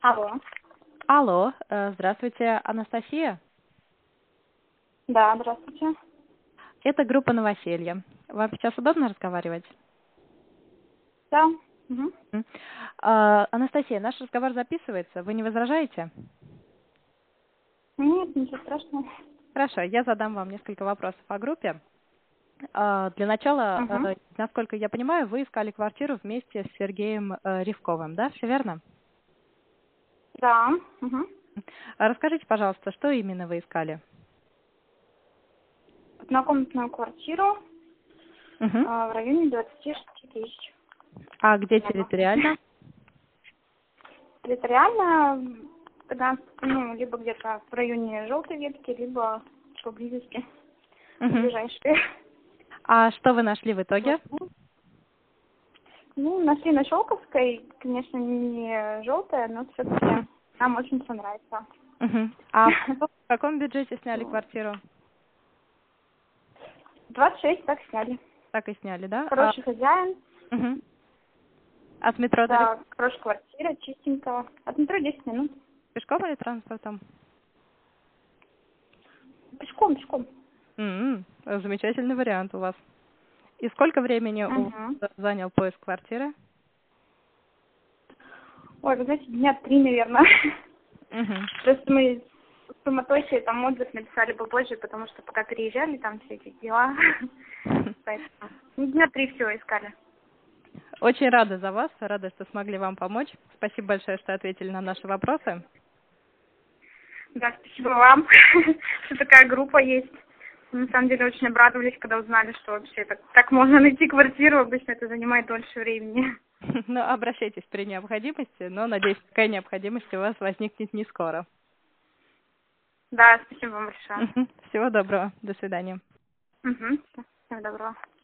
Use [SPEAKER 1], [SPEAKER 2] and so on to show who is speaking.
[SPEAKER 1] Алло.
[SPEAKER 2] Алло, э, здравствуйте, Анастасия.
[SPEAKER 1] Да, здравствуйте.
[SPEAKER 2] Это группа «Новоселье». Вам сейчас удобно разговаривать?
[SPEAKER 1] Да. Мгм.
[SPEAKER 2] М. А, Анастасия, наш разговор записывается, вы не возражаете?
[SPEAKER 1] Нет, ничего страшного.
[SPEAKER 2] Хорошо, я задам вам несколько вопросов о группе. А, Для начала,
[SPEAKER 1] Мгм.
[SPEAKER 2] э, насколько я понимаю, вы искали квартиру вместе с Сергеем э, Ревковым, да, все верно?
[SPEAKER 1] Да. Мгм.
[SPEAKER 2] А Расскажите, пожалуйста, что именно вы искали?
[SPEAKER 1] Однокомнатную квартиру э,
[SPEAKER 2] Мгм.
[SPEAKER 1] в районе 26 тысяч.
[SPEAKER 2] А где территориально?
[SPEAKER 1] Территориально м, тогда, ну, либо где-то в районе желтой ветки, либо поблизости,
[SPEAKER 2] Мгм.
[SPEAKER 1] ближайшие.
[SPEAKER 2] А что вы нашли в итоге?
[SPEAKER 1] Ну, нашли на Щелковской, конечно, не желтая, но все-таки нам очень все нравится.
[SPEAKER 2] Мгм. А в каком бюджете сняли квартиру?
[SPEAKER 1] 26 так сняли.
[SPEAKER 2] Так и сняли, да? А,
[SPEAKER 1] Хороший хозяин,
[SPEAKER 2] мгм. От метро до
[SPEAKER 1] да, хорошая квартира, чистенькая. От метро 10 минут.
[SPEAKER 2] пешком или транспортом?
[SPEAKER 1] Пешком, пешком.
[SPEAKER 2] М, Замечательный вариант у вас. И сколько времени у
[SPEAKER 1] Мгм.
[SPEAKER 2] вас занял поиск квартиры?
[SPEAKER 1] Ой, вы знаете, дня три, наверное.
[SPEAKER 2] Мгм.
[SPEAKER 1] Просто мы в суматохе там отзыв написали попозже, потому что пока переезжали, там все эти дела. Поэтому ну, дня три все искали.
[SPEAKER 2] Очень рада за вас, рада, что смогли вам помочь. Спасибо большое, что ответили на наши вопросы.
[SPEAKER 1] Да, спасибо вам, что такая группа есть. Мы, На самом деле очень обрадовались, когда узнали, что вообще так, так можно найти квартиру. Обычно это занимает дольше времени.
[SPEAKER 2] Ну, обращайтесь при необходимости, но, надеюсь, такая необходимость у вас возникнет не скоро.
[SPEAKER 1] Да, спасибо вам большое.
[SPEAKER 2] Мгм. Всего доброго, до свидания.
[SPEAKER 1] Угу. Всем доброго.